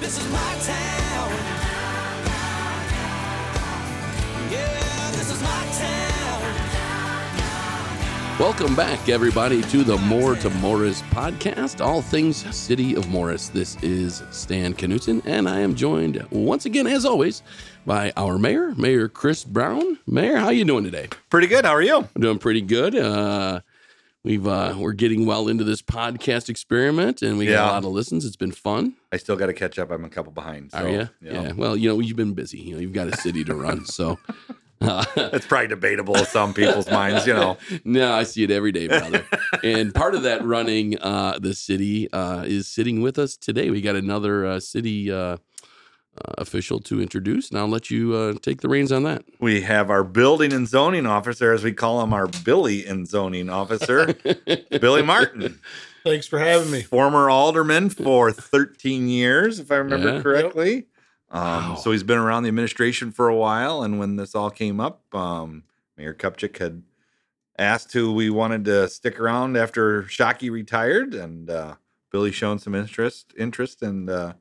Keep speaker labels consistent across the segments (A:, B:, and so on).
A: This is my town. Yeah, this is my town.
B: Welcome back, everybody, to the More to Morris podcast, all things City of Morris. This is Stan Knutson, and I am joined once again, as always, by our mayor, Mayor Chris Brown. Mayor, how you doing today?
C: Pretty good. How are you?
B: I'm doing pretty good. Uh, we've uh, we're getting well into this podcast experiment, and we got a
C: Yeah.
B: lot of listens. It's been fun.
C: I still got to catch up. I'm a couple behind. So,
B: Are you?
C: Yeah.
B: Well, you know, you've been busy. You know, you've got a city to run, so. Uh,
C: That's probably debatable in some people's minds, you know.
B: no, I see it every day, brother. and part of that running uh, the city uh, is sitting with us today. We got another uh, city uh, uh, official to introduce, and I'll let you uh, take the reins on that.
C: We have our building and zoning officer, as we call him, our Billy and zoning officer, Billy Martin,
D: Thanks for having me.
C: former alderman for 13 years, if I remember
B: Yeah.
C: correctly. Um,
B: Wow.
C: So he's been around the administration for a while. And when this all came up, um, Mayor Kupchik had asked who we wanted to stick around after Shockey retired, and uh, Billy shown some interest, interest, and uh,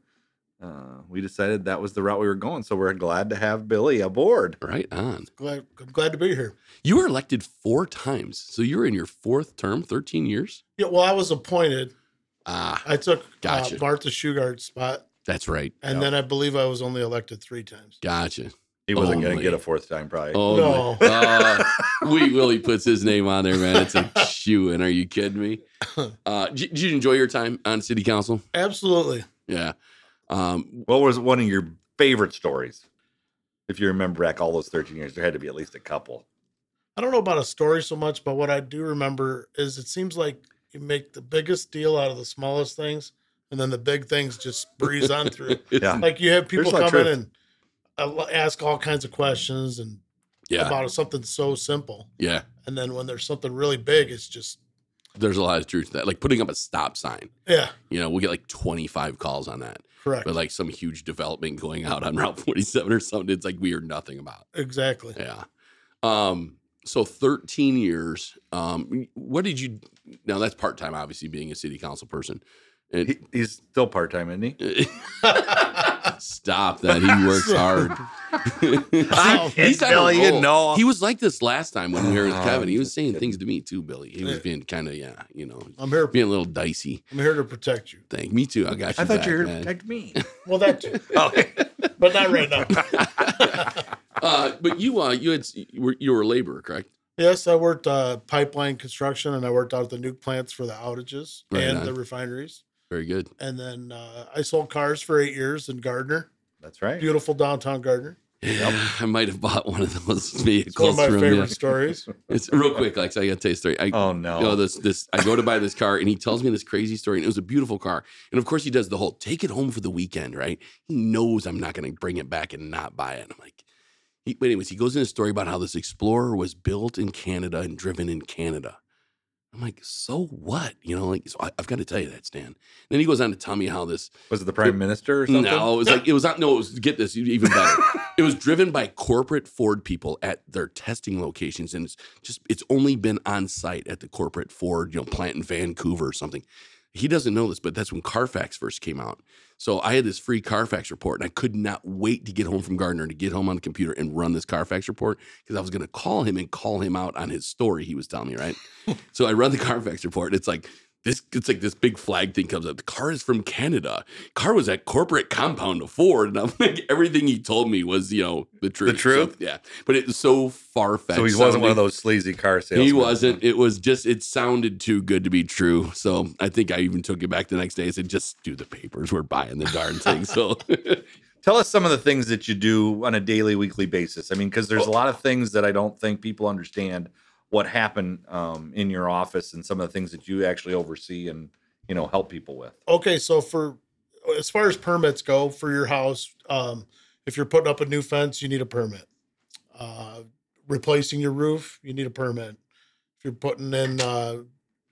C: uh, we decided that was the route we were going. So we're glad to have Billy aboard.
B: Right on.
D: Glad, I'm glad to be here.
B: You were elected four times, so you're in your fourth term, 13 years.
D: Yeah, well, I was appointed.
B: Ah,
D: I took
B: Gotcha.
D: uh, Martha Shugard's spot,
B: that's right.
D: and
C: Yeah.
D: then I believe I was only elected three times.
B: Gotcha.
C: He wasn't going
B: Only.
C: to get a fourth time, probably.
B: Oh,
D: No.
B: my- uh, Wee Willie puts his name on there, man. It's a shoe in. Are you kidding me? Uh, did did you enjoy your time on city council?
D: Absolutely.
B: Yeah. Um,
C: What was one of your favorite stories? If you remember back all those 13 years, there had to be at least a couple.
D: I don't know about a story so much, but what I do remember is it seems like you make the biggest deal out of the smallest things, and then the big things just breeze on through.
C: Yeah.
D: Like you have people
C: There's no
D: come in
C: truth.
D: and uh, ask all kinds of questions and
B: yeah.
D: about something so simple,
B: Yeah.
D: and then when there's something really big, it's just
B: There's a lot of truth to that. Like putting up a stop sign,
D: yeah,
B: you know, we'll get like 25 calls on that.
D: correct,
B: But like some huge development going out on Route 47 or something, it's like we heard nothing about.
D: exactly.
B: Yeah. Um, so 13 years. Um, what did you, now that's part time, obviously, being a city council person. And
C: He, he's still part time, isn't he?
B: Uh, Stop that. He works hard. I- he's on a
C: Billy, you
B: roll.
C: know.
B: He was like this last time when we were with
C: Oh,
B: Kevin. He was
C: just
B: saying
C: kidding.
B: things to me too, Billy. He was being kind of, yeah, you know,
D: I'm here.
B: being a little dicey.
D: I'm here to protect you.
B: Thing. Me too. I got you.
C: I thought you
B: back,
C: were here to
B: man.
C: protect me.
D: Well, that too,
C: okay.
D: but not right now.
B: Uh, but you, uh, you had you were, you were a laborer, correct?
D: Yes, I worked uh, pipeline construction, and I worked out at the nuke plants for the outages
B: Right
D: and
B: on.
D: the refineries.
B: Very good.
D: And then uh, I sold cars for eight years in Gardner,
C: That's right.
D: beautiful downtown Gardner.
B: Yeah, I might have bought one of those
D: It's one
B: vehicles
D: of my
B: from
D: favorite
B: you.
D: stories.
B: It's real quick. Like so I got to tell you a story. I,
C: Oh no.
B: you know, this this I go to buy this car and he tells me this crazy story and it was a beautiful car and of course he does the whole take it home for the weekend right he knows I'm not going to bring it back and not buy it I'm like he, but anyways he goes into a story about how this Explorer was built in Canada and driven in Canada I'm like so what you know like so I, I've got to tell you that Stan then he goes on to tell me how this
C: was it the prime minister or something?
B: no, it was like it was not. No, it was get this even better. it was driven by corporate Ford people at their testing locations, and it's just it's only been on site at the corporate Ford you know plant in Vancouver or something. He doesn't know this, but that's when Carfax first came out. So I had this free Carfax report, and I could not wait to get home from Gardner to get home on the computer and run this Carfax report because I was going to call him and call him out on his story he was telling me. Right. so I run the Carfax report, and it's like this. It's like this big flag thing comes up. The car is from Canada. Car was at corporate compound of Ford, and I'm like, everything he told me was you know the truth.
C: truth?
B: So, yeah, but it's so far fetched.
C: So he wasn't one of those sleazy car salesmen.
B: He wasn't. It was just, it sounded too good to be true. So I think I even took it back the next day. I said, just do the papers. We're buying the darn thing. So
C: Tell us some of the things that you do on a daily, weekly basis. I mean, because
B: Oh.
C: there's a lot of things that I don't think people understand what happen um, in your office and some of the things that you actually oversee and you know help people with.
D: Okay, so for as far as permits go for your house, um, if you're putting up a new fence, you need a permit. Uh, replacing your roof, you need a permit. If you're putting in uh,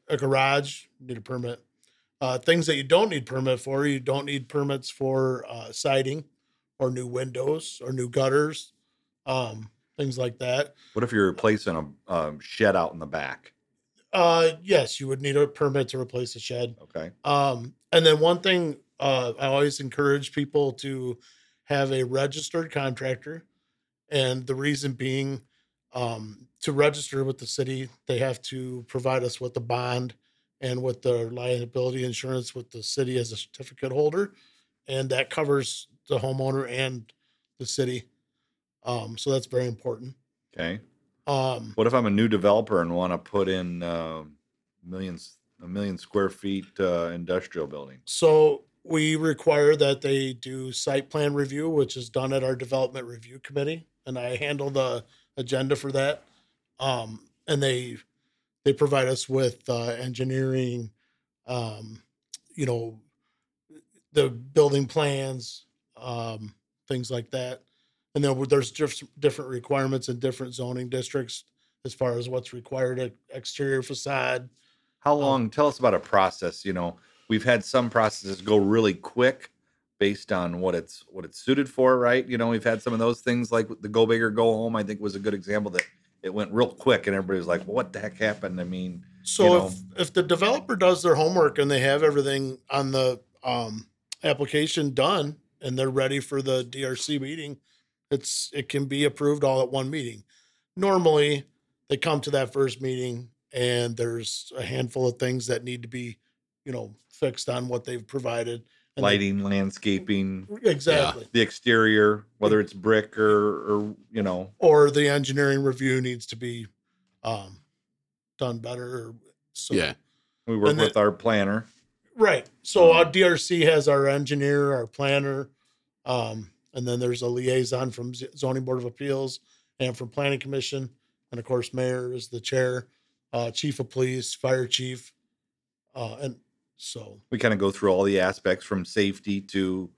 D: a garage, you need a permit. Uh, things that you don't need permit for, you don't need permits for uh, siding, or new windows, or new gutters, um, things like that.
C: What if you're replacing a um, shed out in the back?
D: Uh, yes, you would need a permit to replace a shed.
C: Okay.
D: Um, and then one thing uh, I always encourage people to have a registered contractor, and the reason being, um, to register with the city, they have to provide us with the bond and with their liability insurance with the city as a certificate holder, and that covers the homeowner and the city. Um, so that's very important.
C: Okay.
D: Um,
C: What if I'm a new developer and want to put in uh, millions a million square feet uh, industrial building?
D: So we require that they do site plan review, which is done at our development review committee, and I handle the agenda for that. Um, and they they provide us with uh, engineering, um, you know, the building plans, um, things like that. And then there's just different requirements in different zoning districts as far as what's required at exterior facade.
C: How long? Tell us about a process. You know, we've had some processes go really quick based on what it's what it's suited for, right? You know, we've had some of those things like the go big or go home. I think was a good example that it went real quick and everybody was like, "What the heck happened?" I mean,
D: So
C: you know?
D: if if the developer does their homework and they have everything on the um, application done and they're ready for the DRC meeting, it's it can be approved all at one meeting. Normally, they come to that first meeting and there's a handful of things that need to be, you know, fixed on what they've provided. And they-
C: lighting, landscaping,
D: exactly.
C: the exterior, whether it's brick or or you know,
D: Or the engineering review needs to be um, done better. Or so
B: yeah.
C: we work
D: And
C: with our planner.
D: Right. So our DRC has our engineer, our planner, um, and then there's a liaison from Z- zoning board of appeals and from planning commission, and of course mayor is the chair, uh, chief of police, fire chief, uh, and so
C: we kind of go through all the aspects from safety to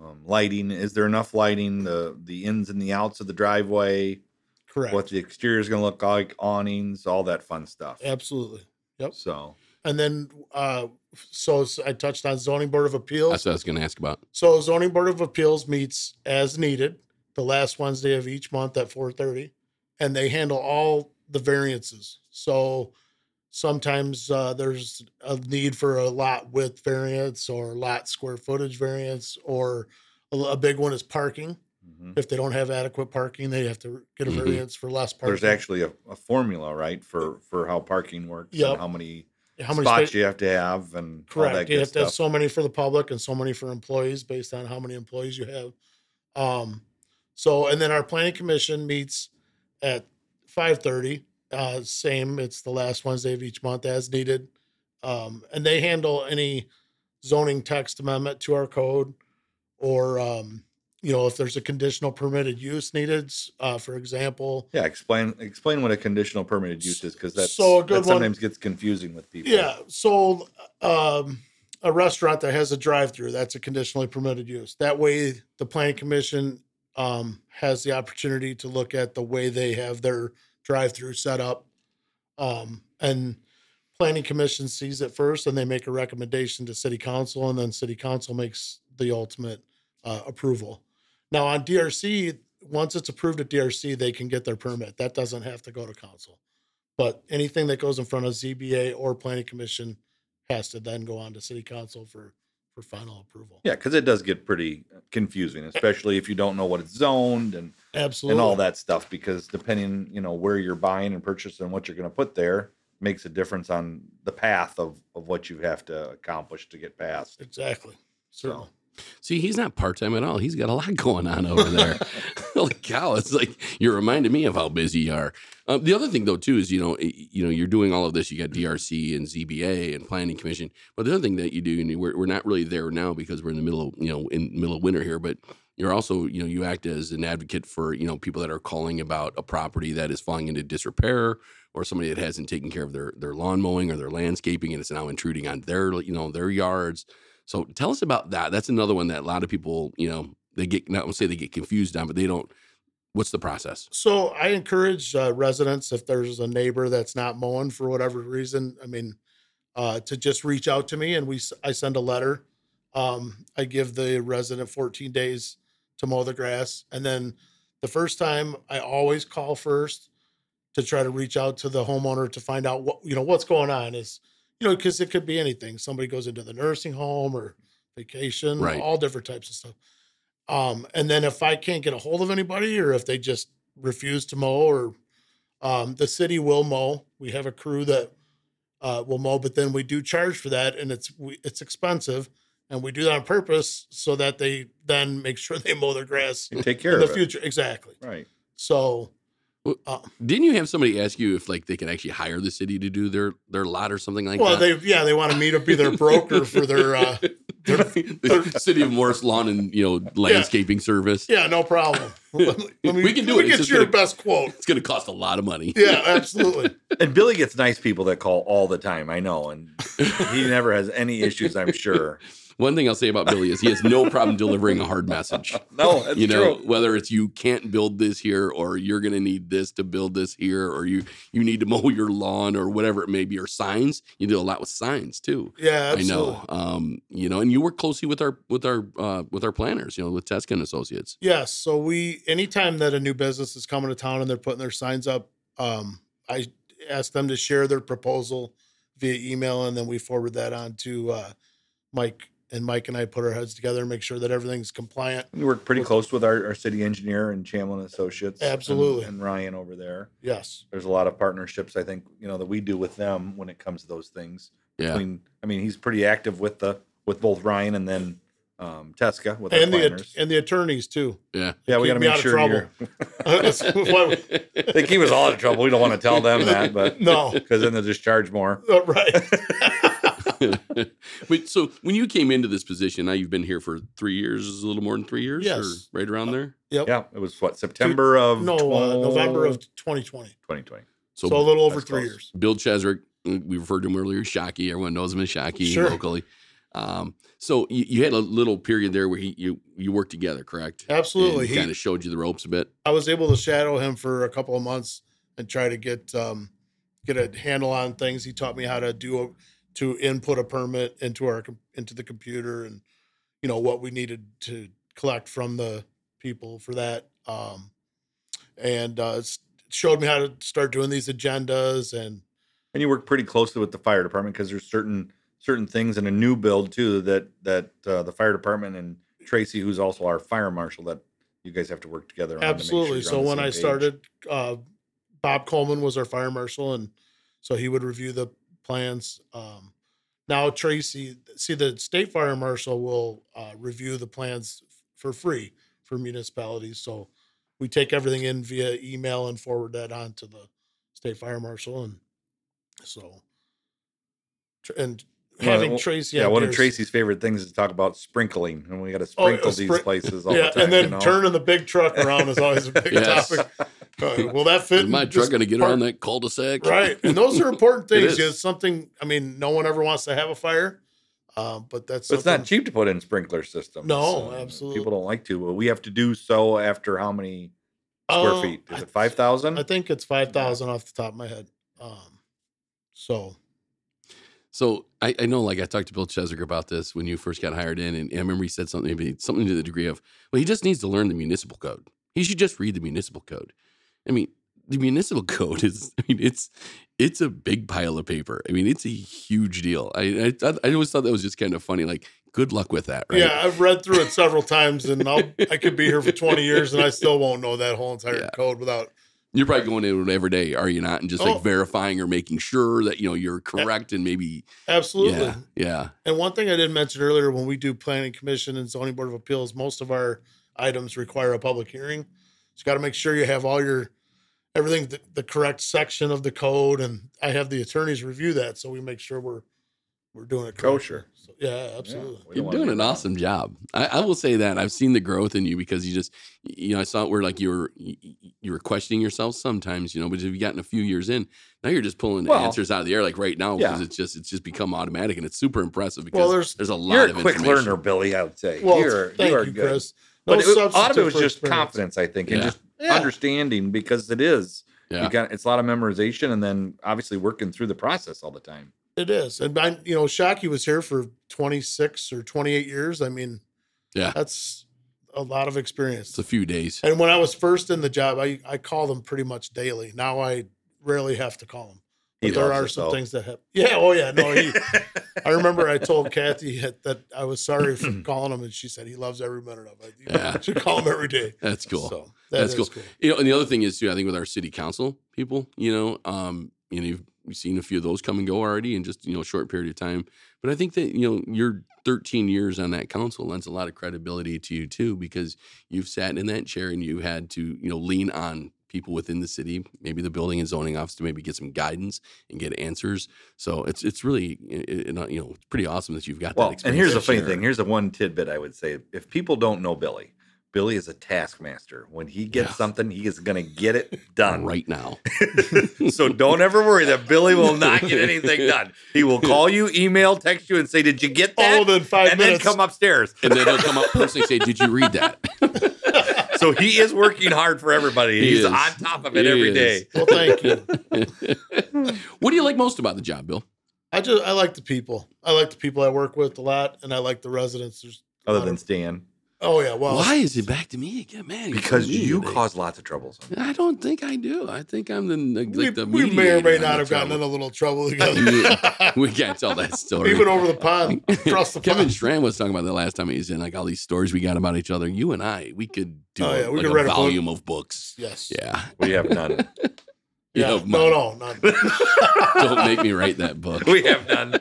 C: um, lighting. Is there enough lighting? The the ins and the outs of the driveway,
D: correct.
C: what the exterior is going to look like, awnings, all that fun stuff.
D: Absolutely.
C: So
D: And then uh, so s- I touched on zoning board of appeals.
B: That's what I was going to ask about.
D: So zoning board of appeals meets as needed, the last Wednesday of each month at four thirty, and they handle all the variances. So sometimes uh, there's a need for a lot width variance or lot square footage variance, or a, a big one is parking.
C: mhm.
D: If they don't have adequate parking, they have to get a
B: Mhm.
D: variance for less parking.
C: Mm-hmm. there's actually a, a formula, right, for for how parking works
D: Yep.
C: and how many,
D: how many
C: spots
D: spa-
C: you have to have and all that
D: Correct. You
C: good
D: have to have
C: stuff.
D: so many for the public and so many for employees based on how many employees you have. Um, so, and then our planning commission meets at five thirty. Uh, same, it's the last Wednesday of each month as needed. Um, and they handle any zoning text amendment to our code or, um, you know, if there's a conditional permitted use needed, s- uh, for example,
C: yeah, explain explain what a conditional permitted use is because that's
D: So a good
C: that
D: one-
C: sometimes gets confusing with people.
D: Yeah. So, um, a restaurant that has a drive-through that's a conditionally permitted use. That way, the planning commission um, has the opportunity to look at the way they have their drive-through set up, um, and planning commission sees it first, and they make a recommendation to city council, and then city council makes the ultimate uh, approval. Now on DRC, once it's approved at DRC, they can get their permit. That doesn't have to go to council. But anything that goes in front of ZBA or planning commission has to then go on to city council for, for final approval.
C: Yeah, because it does get pretty confusing, especially if you don't know what it's zoned and
D: Absolutely.
C: and all that stuff because depending you know where you're buying and purchasing what you're going to put there makes a difference on the path of of what you have to accomplish to get past
D: Exactly. Certainly.
B: See, he's not part time at all. He's got a lot going on over there. Holy cow! It's like you're reminding me of how busy you are. Um, the other thing, though, too, is you know, y- you know, you're doing all of this. You got DRC and ZBA and Planning Commission. But the other thing that you do, and we're, we're not really there now because we're in the middle, of, you know, in middle of winter here. But you're also, you know, you act as an advocate for you know people that are calling about a property that is falling into disrepair or somebody that hasn't taken care of their their lawn mowing or their landscaping and it's now intruding on their you know their yards. So tell us about that. That's another one that a lot of people, you know, they get not say they get confused on, but they don't. What's the process?
D: So I encourage uh, residents, if there's a neighbor that's not mowing for whatever reason, I mean, uh, to just reach out to me and we, s- I send a letter. Um, I give the resident 14 days to mow the grass. And then the first time I always call first to try to reach out to the homeowner to find out what, you know, what's going on is, you know, cause it could be anything. Somebody goes into the nursing home or vacation,
B: Right.
D: all different types of stuff. Um, and then if I can't get a hold of anybody or if they just refuse to mow or um, the city will mow, we have a crew that uh, will mow, but then we do charge for that and it's we, it's expensive. And we do that on purpose so that they then make sure they mow their grass
C: You take care
D: in the
C: of it.
D: future. Exactly.
C: Right.
D: So
B: Didn't you have somebody ask you if like they could actually hire the city to do their their lot or something like
D: well,
B: that?
D: they yeah, they want to meet up be their broker for their uh,
B: the city of Morris Lawn and you know landscaping service.
D: yeah, no problem. Let me, let me-
B: We can do
D: let
B: it. It's
D: me Get
B: just
D: your
B: gonna-
D: best quote.
B: It's going to cost a lot of money.
D: Yeah, absolutely.
C: And Billy gets nice people that call all the time. I know, and he never has any issues. I'm sure.
B: One thing I'll say about Billy is he has no problem delivering a hard message.
C: No, that's
B: you know
C: true.
B: whether it's you can't build this here or you're going to need this to build this here or you you need to mow your lawn or whatever it may be or signs you do a lot with signs too
D: Yeah, absolutely.
B: i know um you know and you work closely with our with our uh with our planners you know with teskin associates
D: Yes. So we anytime that a new business is coming to town and they're putting their signs up, um, I ask them to share their proposal via email, and then we forward that on to uh, Mike. And Mike and I put our heads together and make sure that everything's compliant.
C: We work pretty close with our, our city engineer and Chamlin Associates. and-
D: Absolutely.
C: and Ryan over there.
D: Yes.
C: there's a lot of partnerships I think you know that we do with them when it comes to those things.
B: Yeah.
C: Between, I mean, he's pretty active with the with both Ryan and then um, Tesca with
D: And
C: our
D: the
C: planners.
D: at- and the attorneys too.
B: yeah
C: yeah, we
D: keep
C: got to
D: me
C: make
D: out of
C: sure
D: trouble.
C: you're-
D: That's why-
C: I think he was all in trouble. We don't want to tell them that, but
D: no.
C: because then they'll just charge more.
D: Uh, Right.
B: but so when you came into this position now you've been here for three years a little more than three years
D: Yes. Uh,
B: or right around there
D: Yep.
C: Yeah, it was what September of
D: No, uh,
C: 12
D: November of 2020.
C: 2020.
B: so,
D: So, a little over
C: that's
D: three
C: close.
D: years.
B: Bill Cheswick, we referred to him earlier, Shockey. Everyone knows him as Shockey
D: Sure.
B: locally. Um, so you, you had a little period there where he you you worked together, correct?
D: Absolutely. He-
B: kind of showed you the ropes a bit.
D: I was able to shadow him for a couple of months and try to get um, get a handle on things. He taught me how to do a, to input a permit into our com- into the computer and you know what we needed to collect from the people for that. Um, and uh, s- showed me how to start doing these agendas and
C: and you work pretty closely with the fire department because there's certain certain things in a new build too that that uh, the fire department and Tracy, who's also our fire marshal, that you guys have to work together. on to make sure
D: Absolutely.
C: you're
D: so
C: on the
D: when
C: same
D: I
C: page.
D: started, uh, Bob Coleman was our fire marshal, and so he would review the plans. Um, now Tracy, see the state fire marshal will uh, review the plans for free for municipalities. So we take everything in via email and forward that on to the state fire marshal, and so tr- and
C: Yeah,
D: having
C: well,
D: Tracy,
C: yeah,
D: out
C: one of
D: there is-
C: Tracy's favorite things is to talk about sprinkling, and we got to
D: Oh, yeah,
C: sprinkle these
D: sprin-
C: places all
D: Yeah,
C: the time.
D: and then
C: you know?
D: turning the big truck around is always a big
B: Yes.
D: topic. Uh, will that fit?
B: Is my
D: in
B: truck
D: this
B: going to get
D: park?
B: around that cul-de-sac?
D: Right. And those are important
B: It
D: things.
B: is.
D: It's something, I mean, no one ever wants to have a fire, uh, but that's
C: But it's
D: something-
C: not cheap to put in sprinkler systems.
D: No,
C: and
D: absolutely.
C: People don't like to, but we have to do so after how many square
D: Uh,
C: feet? Is
D: I-
C: it five thousand?
D: I think it's 5,000 off the top of my head. Um, so,
B: So I, I know, like I talked to Bill Cheswick about this when you first got hired in, and I remember he said something, maybe something to the degree of, well, he just needs to learn the municipal code. He should just read the municipal code. I mean, the municipal code is, I mean, it's it's a big pile of paper. I mean, it's a huge deal. I I, thought- I always thought that was just kind of funny. Like, good luck with that, right?
D: yeah, I've read through it several times and I'll, I could be here for 20 years and I still won't know that whole entire
B: Yeah.
D: code without
B: You're probably going into it every day, are you not? And just
D: Oh.
B: like verifying or making sure that you know you're correct and maybe
D: absolutely.
B: yeah, yeah,
D: And one thing I didn't mention earlier, when we do planning commission and zoning board of appeals, most of our items require a public hearing. So you got to make sure you have all your everything the, the correct section of the code, and I have the attorneys review that, so we make sure we're we're doing it correctly.
C: Kosher.
D: So, yeah, absolutely.
C: We don't
B: You're
C: wanna
B: doing
C: be
B: an
C: wrong.
B: awesome job. I, I will say that I've seen the growth in you because you just, you know, I saw it where like you were you, you were questioning yourself sometimes, you know, but if you've gotten a few years in, now you're just pulling
C: Well,
B: answers out of the air like right now because
C: yeah.
B: it's just it's just become automatic and it's super impressive because
D: Well,
B: there's,
D: there's-
B: a lot
C: You're a
B: of
C: quick
B: information.
C: learner, Billy. I would say.
D: Well,
C: you're,
D: thank
C: you
D: you,
C: are good.
D: Chris.
C: But it was, a lot of
D: substitute
C: it was
D: for
C: just
D: experience.
C: confidence, I think, and
B: Yeah.
C: just
D: Yeah.
C: understanding because it is.
B: Yeah.
C: You got it's a lot of memorization, and then obviously working through the process all the time.
D: It is, and I, you know, Shockey was here for 26 or 28 years. I mean,
B: Yeah.
D: that's a lot of experience.
B: It's a few days.
D: And when I was first in the job, I, I call them pretty much daily. Now I rarely have to call them.
C: He
D: But there
C: loves
D: are
C: it,
D: some
C: though.
D: things that happen. Yeah. Oh yeah. No. He, I remember I told Kathy that- that I was sorry for calling him, and she said he loves every minute of it. You
B: Yeah.
D: should call him every day.
B: That's cool.
D: So
B: That's
D: that's
B: cool.
D: cool.
B: You know, and the other thing is too, I think with our city council people, you know, um, you know, you've you've seen a few of those come and go already in just you know a short period of time. But I think that you know your 13 years on that council lends a lot of credibility to you too, because you've sat in that chair and you had to you know lean on people within the city, maybe the building and zoning office, to maybe get some guidance and get answers. So it's it's really i- i- you know it's pretty awesome that you've got that.
C: Well, and
B: experience
C: here's
B: to
C: the funny
B: share.
C: thing. Here's the one tidbit I would say. If people don't know Billy, Billy is a taskmaster. When he gets
B: Yeah.
C: something, he is going to get it done.
B: right now.
C: so don't ever worry that Billy will not get anything done. He will call you, email, text you, and say, "Did you get that?"
D: All within five
C: and
D: minutes.
C: then come upstairs.
B: And then they'll come up personally and say, Did you read that?
C: So he is working hard for everybody.
B: He
C: He's
B: is.
C: on top of it
B: He
C: every
B: is.
C: day.
D: Well, thank you.
B: What do you like most about the job, Bill?
D: I just I like the people. I like the people I work with a lot, and I like the residents. There's a
C: Other
D: lot
C: than
D: of-
C: Stan,
D: oh yeah. Well,
B: Why is it back to me again, man? It's
C: because
B: me
C: you
B: today.
C: cause lots of troubles.
B: I don't think I do. I think I'm the like
D: we,
B: the
D: we may or may
B: mediator on
D: not
B: the
D: have gotten in
B: trouble.
D: a little trouble together.
B: We can't tell that story.
D: Even over the pond, across the
B: Kevin
D: pond.
B: Strand was talking about that last time he was in, like all these stories we got about each other. You and I, we could do
D: Oh, yeah,
B: a,
D: we
B: like
D: could
B: a
D: write a book.
B: volume of books.
D: Yes.
B: Yeah.
C: We have none.
B: You
D: Yeah.
B: know,
D: no,
B: my-
D: no, not
B: Don't make me write that book.
C: we have none.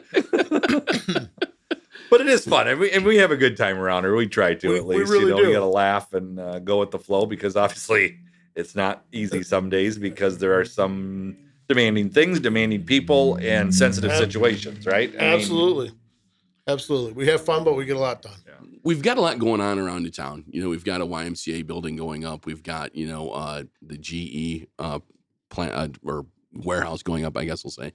C: but it is fun, and we and we have a good time around here. We try to
D: We-
C: at
D: we
C: least.
D: really
C: you know,
D: do.
C: we got to laugh and uh, go with the flow because obviously it's not easy some days because there are some demanding things, demanding people, and sensitive
D: Ab-
C: situations. Right? I mean,
D: absolutely, absolutely. We have fun, but we get a lot done.
B: we've got a lot going on around the town. You know, we've got a YMCA building going up. We've got you know uh, the GE uh, plant uh, or warehouse going up. I guess we'll say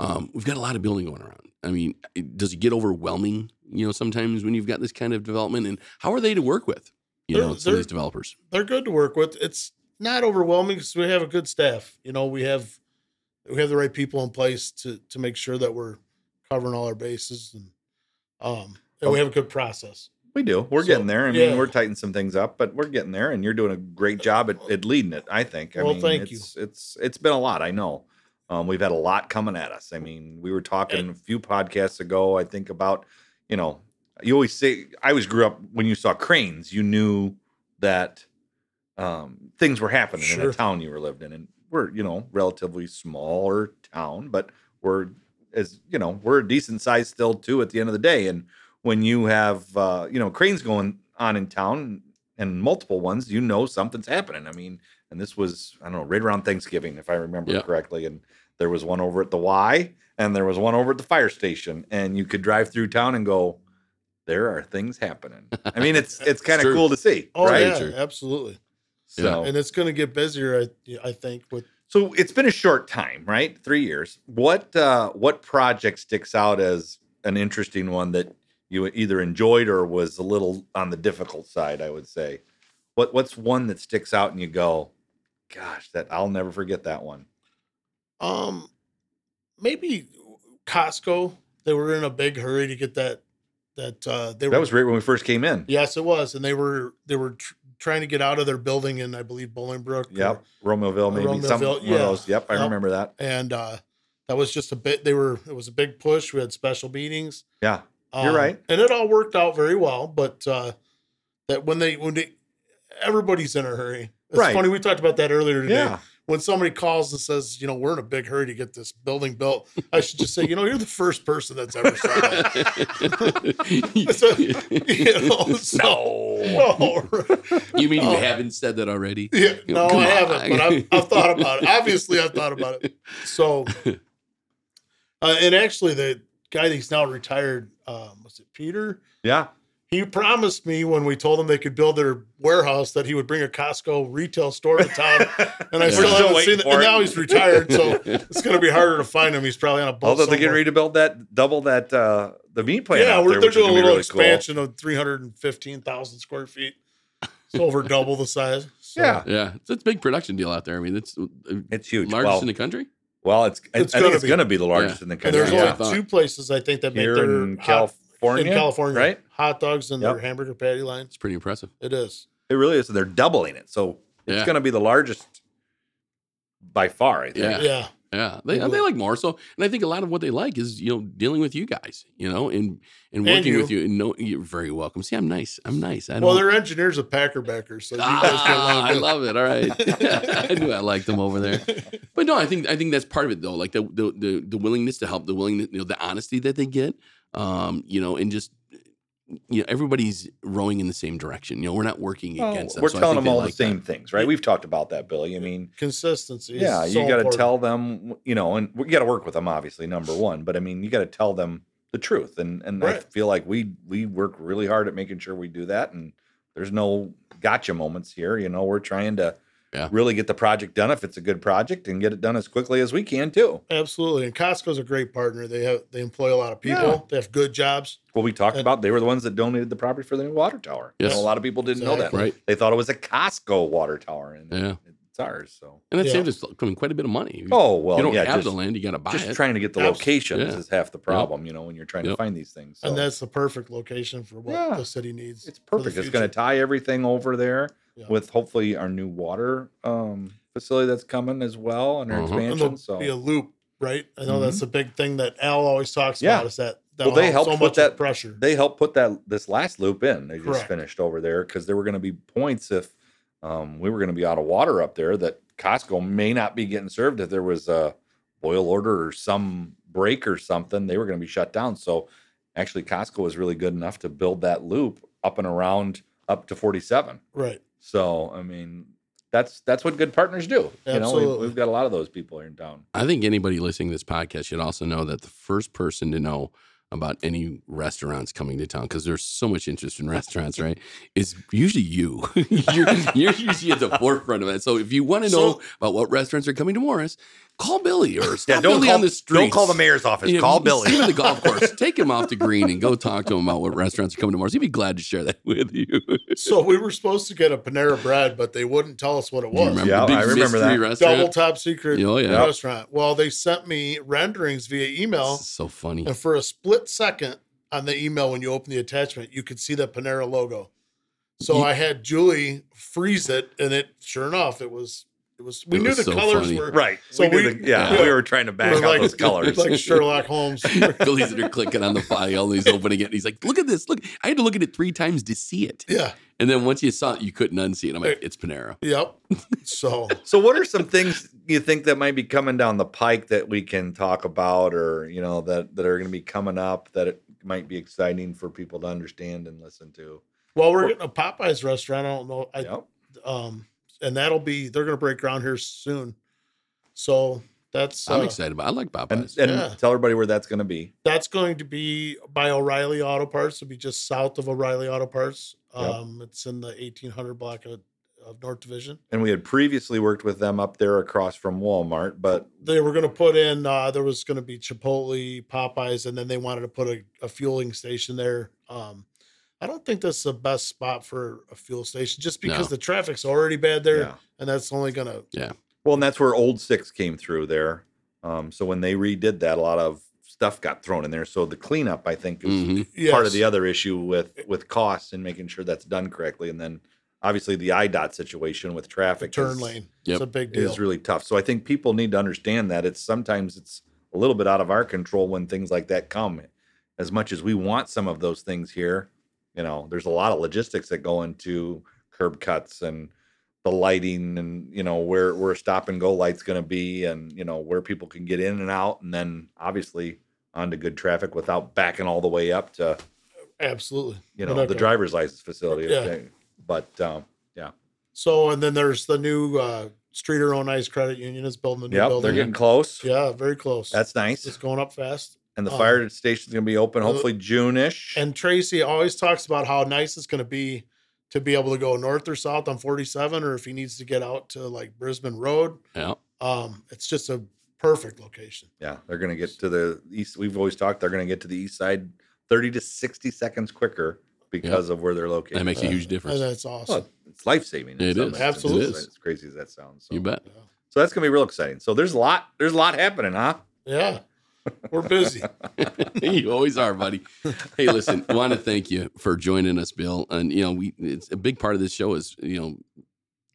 B: um, we've got a lot of building going around. I mean, it, does it get overwhelming? You know, sometimes when you've got this kind of development, and how are they to work with? You
D: They're-
B: know, some of these
D: they're-
B: developers.
D: they're good to work with. It's not overwhelming because we have a good staff. You know, we have we have the right people in place to to make sure that we're covering all our bases and um and we have a good process.
C: we do. We're
D: So,
C: getting there. I mean,
D: yeah.
C: we're tightening some things up, but we're getting there, and you're doing a great job at, at leading it. I think. I
D: Well,
C: mean,
D: thank you.
C: it's, It's it's been a lot. I know. Um, we've had a lot coming at us. I mean, we were talking a few podcasts ago. I think about you know you always say I always grew up when you saw cranes, you knew that um, things were happening in
D: Sure.
C: the town you were lived in, and we're you know relatively smaller town, but we're as you know we're a decent size still too at the end of the day. And when you have uh, you know cranes going on in town and multiple ones, you know something's happening. I mean, and this was I don't know right around Thanksgiving if I remember
B: Yeah.
C: correctly, and there was one over at the Y, and there was one over at the fire station, and you could drive through town and go there are things happening. I mean, it's it's kind of
B: True.
C: cool to see,
D: Oh
C: right?
D: yeah,
B: True.
D: absolutely.
C: So,
D: And it's going to get busier. I I think with
C: so it's been a short time, right? Three years. What uh, what project sticks out as an interesting one that you either enjoyed or was a little on the difficult side? I would say. What what's one that sticks out and you go, gosh, that I'll never forget that one.
D: um maybe Costco. They were in a big hurry to get that that uh they
C: That
D: were
C: was right when we first came in.
D: yes it was and they were they were tr- trying to get out of their building in I believe Bolingbrook. or-
C: Yep, Romeoville, maybe some
D: Romeoville,
C: one
D: yeah.
C: of those. Yep, I
D: Yep.
C: remember that.
D: and uh, that was just a bit. They were it was a big push. We had special meetings.
C: Yeah,
D: Um,
C: You're right.
D: and it all worked out very well. But uh, that when they when they everybody's in a hurry. It's
C: Right.
D: funny we talked about that earlier today.
C: yeah.
D: When somebody calls and says, you know, we're in a big hurry to get this building built, I should just say, you know, you're the first person that's ever said that. So, you know, so
C: No.
D: no.
B: you mean you
D: Oh.
B: haven't said that already?
D: Yeah,
B: You know,
D: no, I
B: come
D: haven't,
B: on.
D: but I've, I've thought about it. Obviously, I've thought about it. So, uh, and actually, the guy that's now retired, um, was it Peter?
C: Yeah.
D: He promised me when we told him they could build their warehouse that he would bring a Costco retail store to town, and I
B: We're
D: still
B: still
D: haven't
C: waiting
D: seen it.
C: for
D: And
C: it.
D: now he's retired, so it's going to be harder to find him. He's probably on a boat.
C: Although they're getting
D: somewhere.
C: ready to build that double that uh the meat plant.
D: yeah,
C: out
D: we're,
C: there,
D: they're
C: which is
D: doing a
C: gonna be
D: little
C: really cool.
D: expansion of three hundred and fifteen thousand square feet. It's over double the size. So,
C: Yeah.
B: yeah, it's a big production deal out there. I mean, it's uh,
C: It's huge.
B: largest
C: well,
B: in the country.
C: well, it's,
D: It's
C: I think
D: gonna
C: it's
D: be.
C: going to be the largest
B: Yeah.
C: in the
D: And
C: country.
D: there's
B: Yeah.
C: yeah.
D: only two places I think that make
C: Here
D: their
C: in
D: hot
C: California,
D: in California,
C: right?
D: Hot dogs and
C: Yep.
D: their hamburger patty line.
B: It's pretty impressive.
D: It is.
C: It really is. They're doubling it, so it's
B: Yeah.
C: going to be the largest by far. I think.
B: Yeah.
D: Yeah.
B: Yeah, they, uh,
D: They
B: they
D: will.
B: like Marcel, and I think a lot of what they like is you know dealing with you guys, you know, and and
D: And
B: working
D: you.
B: with you. And no, you're very welcome. See, I'm nice. I'm nice. I don't.
D: Well, their engineers are Packerbackers, so you guys get
B: Ah,
D: along
B: I
D: good.
B: love it. All right, I knew I liked them over there. But no, I think I think that's part of it though. Like the the the, the willingness to help, the willingness, you know, the honesty that they get, um, you know, and just you know, everybody's rowing in the same direction. You know, we're not working
C: Well,
B: against them.
C: Oh, we're
B: so I
C: telling
B: think
C: them
B: they
C: all
B: like
C: the
B: that.
C: same things, right? We've talked about that, Billy. I mean,
D: Consistency. is
C: yeah,
D: so
C: you got to
D: important.
C: tell them, you know, and we got to work with them, obviously, number one. But I mean, you got to tell them the truth, and and I
D: Right.
C: feel like we we work really hard at making sure we do that, and there's no gotcha moments here. You know, we're trying to
B: Yeah.
C: really get the project done if it's a good project, and get it done as quickly as we can too.
D: Absolutely, and Costco's a great partner. They have they employ a lot of people.
C: Yeah.
D: They have good jobs.
C: Well, we talked
D: And-
C: about they were the ones that donated the property for the new water tower. You know,
B: Yes.
C: a lot of people didn't know that.
D: Exactly.
B: Right.
C: They thought it was a Costco water tower, and
B: Yeah.
C: it's ours. So,
B: And that
D: Yeah.
B: saved us I mean, quite a bit of money.
C: oh well,
B: you don't
C: yeah,
B: have
C: just,
B: the land, you got to buy
C: just
B: it.
C: trying to get the
D: Abs-
C: locations
B: Yeah.
C: is half the problem. You know, when you're trying to
B: Yep.
C: find these things, so
D: And that's the perfect location for what
C: Yeah.
D: the city needs.
C: it's
D: for the
C: perfect. It's going to
D: future.
C: tie everything over there
D: Yeah.
C: with hopefully our new water um, facility that's coming as well and our
B: Mhm. And
D: And
C: expansion.
D: there'll
C: So. Mm-hmm.
D: be a loop, right? I know that's the big thing that Al always talks
C: Yeah.
D: about is that, that
C: Well, they
D: will
C: helped
D: help so
C: put
D: much with
C: that-
D: pressure.
C: they helped put that this last loop in. They just
D: Correct.
C: finished over there because there were going to be points if um, we were going to be out of water up there that Costco may not be getting served if there was a boil order or some break or something. They were going to be shut down. So actually, Costco was really good enough to build that loop up and around up to 47.
D: right.
C: So I mean, that's that's what good partners do. You know,
D: Absolutely.
C: we've, we've got a lot of those people here in town.
B: I think anybody listening to this podcast should also know that the first person to know about any restaurants coming to town because there's so much interest in restaurants, right? Is usually you. you're, you're usually at the forefront of it. So if you want to know
D: So-
B: about what restaurants are coming to Morris, call Billy or stop Billy
C: call
B: on the street.
C: Don't call the mayor's office. call Billy.
B: See him at the golf course. Take him off the green and go talk to him about what restaurants are coming to Morris. He'd be glad to share that with you.
D: So we were supposed to get a Panera Bread, but they wouldn't tell us what it
B: Do you
D: was.
B: remember
C: Yeah,
B: the big
C: I remember
B: mystery
C: that.
D: Double
B: restaurant?
D: top secret
B: Oh, yeah.
D: restaurant. Well, they sent me renderings via email,
B: This is so funny.
D: and for a split second on the email, when you open the attachment, you could see the Panera logo. So
B: You-
D: I had Julie freeze it, and it sure enough, it was it was. We
B: It
D: knew
B: was
D: the
B: so
D: colors
B: funny.
D: were
C: Right.
D: So
C: So we,
D: we-
C: did the- yeah,
D: yeah.
C: we were trying to back
D: were
C: out those colors.
D: like Sherlock Holmes.
B: Billy's that are clicking on the file. He's opening it. And he's like, "Look at this! Look, I had to look at it three times to see it."
D: yeah.
B: And then once you saw it, you couldn't unsee it. I'm like, "It's Panera."
D: Yep. So
C: so what are some things you think that might be coming down the pike that we can talk about or you know that that are going to be coming up that it might be exciting for people to understand and listen to
D: well, we're getting a Popeyes restaurant. I don't know. I
C: Yep.
D: um, and that'll be they're going to break ground here soon. So that's
B: I'm
D: uh,
B: excited about. I like
C: and,
B: Popeyes.
C: and
D: Yeah.
C: tell everybody where that's going to be
D: that's going to be by O'Reilly Auto Parts. It'll be just south of O'Reilly Auto Parts.
C: Yep.
D: Um, It's in the 1800 block of, of North Division.
C: and we had previously worked with them up there across from walmart but
D: They were going to put in uh, there was going to be Chipotle, Popeyes, and then they wanted to put a, a fueling station there. Um, I don't think that's the best spot for a fuel station, just because
B: No.
D: the traffic's already bad there,
C: yeah
D: and that's only going to
C: well and that's where old six came through there um, so when they redid that a lot of stuff got thrown in there so the cleanup i think is
B: Mhm.
C: part of the other issue with with costs and making sure that's done correctly and then obviously the idot situation with traffic
D: turn
C: is,
D: lane.
B: Yep.
D: It's a big deal.
C: is really tough so i think people need to understand that it's sometimes it's a little bit out of our control when things like that come as much as we want some of those things here you know there's a lot of logistics that go into curb cuts and the lighting and you know where where a stop and go light's going to be and you know where people can get in and out and then obviously onto good traffic without backing all the way up to
D: Absolutely.
C: you
D: We're
C: know,
D: not
C: the
D: gonna-
C: driver's license facility.
D: Yeah.
C: okay. But um,
D: So, and then there's the new uh, Streeter Own Ice Credit Union is building a new
C: yeah,
D: building.
C: they're getting close.
D: yeah, very close.
C: That's
D: it's
C: nice.
D: going up fast.
C: And the
B: Uh,
D: um,
C: fire station's gonna be open hopefully June-ish.
D: And Tracy always talks about how nice it's going to be to be able to go north or south on 47, or if he needs to get out to like Brisbane Road.
B: Yeah.
D: Um, it's just a perfect location.
C: yeah, they're gonna get to the east. We've always talked they're gonna get to the east side 30 to 60 seconds quicker because of where they're located.
B: That makes a
C: Uh,
B: huge difference.
D: And that's awesome.
C: well, it's life saving.
B: It is.
D: Absolutely.
C: As crazy as that sounds. So.
B: you bet.
C: So that's gonna be real exciting. So there's a lot. There's a lot happening, huh?
D: Yeah. We're busy.
B: you always are, buddy. Hey, listen, want to thank you for joining us, Bill. And you know, we it's a big part of this show is you know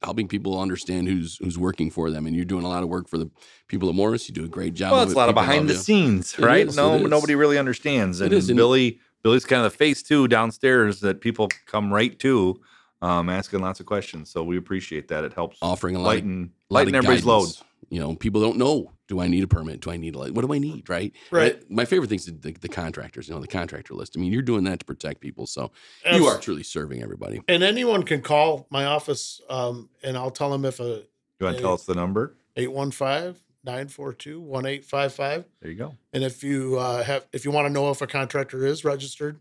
B: helping people understand who's who's working for them. And you're doing a lot of work for the people at Morris. You do a great job.
C: Well,
B: of
C: it's
B: it.
C: a lot of
B: People
C: behind
B: love
C: the
B: you.
C: scenes,
B: It
C: right?
B: is,
C: no,
B: it is.
C: nobody really understands.
B: It
C: And
B: is, and-
C: Billy, Billy's kind of the face too downstairs that people come right to, um, asking lots of questions. So we appreciate that. It helps
B: Offering a lot of
C: lighten
B: lot
C: lighten
B: of
C: everybody's
B: guidance. You know, people don't know. Do I need a permit? Do I need a li- what do I need? Right.
D: Right.
B: My, my favorite thing's the, the contractors. You know, the contractor list. I mean, you're doing that to protect people, so you
D: Abs-
B: are truly serving everybody.
D: And anyone can call my office um, and I'll tell them if a
C: load. You want to tell us the number?
D: 815 942 1855.
C: There you go.
D: And if you uh, have, if you want to know if a contractor is registered,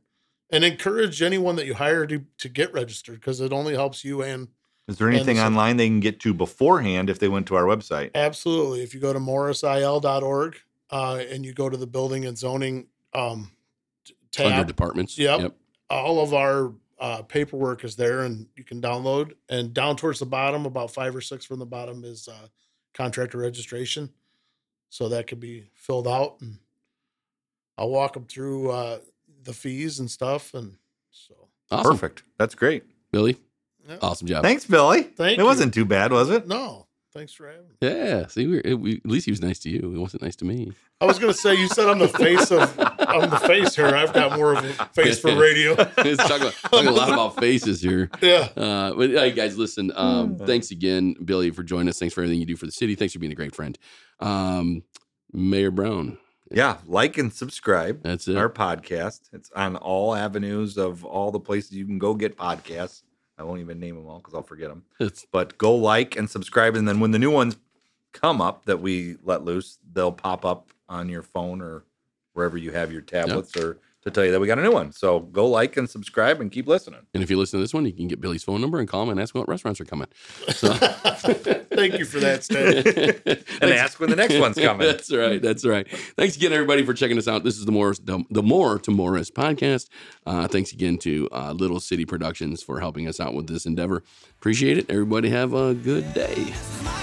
D: and encourage anyone that you hire to, to get registered because it only helps you. And
C: Is there
D: And
C: anything
D: so-
C: online they can get to beforehand if they went to our website?
D: absolutely, if you go to morrisil.org uh, and you go to the building and zoning um, t-
B: Under
D: tab,
B: departments.
D: Yep. all of our uh, paperwork is there and you can download. And down towards the bottom, about five or six from the bottom, is uh, contractor registration. So that could be filled out. And I'll walk them through uh, the fees and stuff. And so
B: Awesome.
C: Perfect. That's great.
B: Billy.
D: Yeah.
B: Awesome job.
C: Thanks, Billy.
D: Thank
C: it
D: you.
C: wasn't too bad, was it?
D: no, thanks for having me.
B: yeah. See, we, we, at least he was nice to you. He wasn't nice to me.
D: I was gonna say you said I'm the face of I'm the face here. I've got more of a face for radio.
B: Let's talk about- talking a lot about faces here.
D: Yeah.
B: Uh, but hey, guys, listen. Um,
D: Mm.
B: thanks again, Billy, for joining us. Thanks for everything you do for the city. Thanks for being a great friend, um, Mayor Brown.
C: Yeah. Like and subscribe.
B: That's it.
C: our podcast. It's on all avenues of all the places you can go get podcasts. I won't even name them all because I'll forget them.
B: That's-
C: But go like and subscribe, and then when the new ones come up that we let loose, they'll pop up on your phone or wherever you have your tablets or to tell you that we got a new one. So go like and subscribe and keep listening.
B: and if you listen to this one, you can get Billy's phone number and call him and ask what restaurants are coming. So,
D: Thank you for that, Stan.
C: And ask when the next one's coming.
B: That's right. That's right. Thanks again, everybody, for checking us out. This is the more the, the more to Morris podcast. Uh, thanks again to uh, Little City Productions for helping us out with this endeavor. Appreciate it. Everybody, have a good day.
A: This is my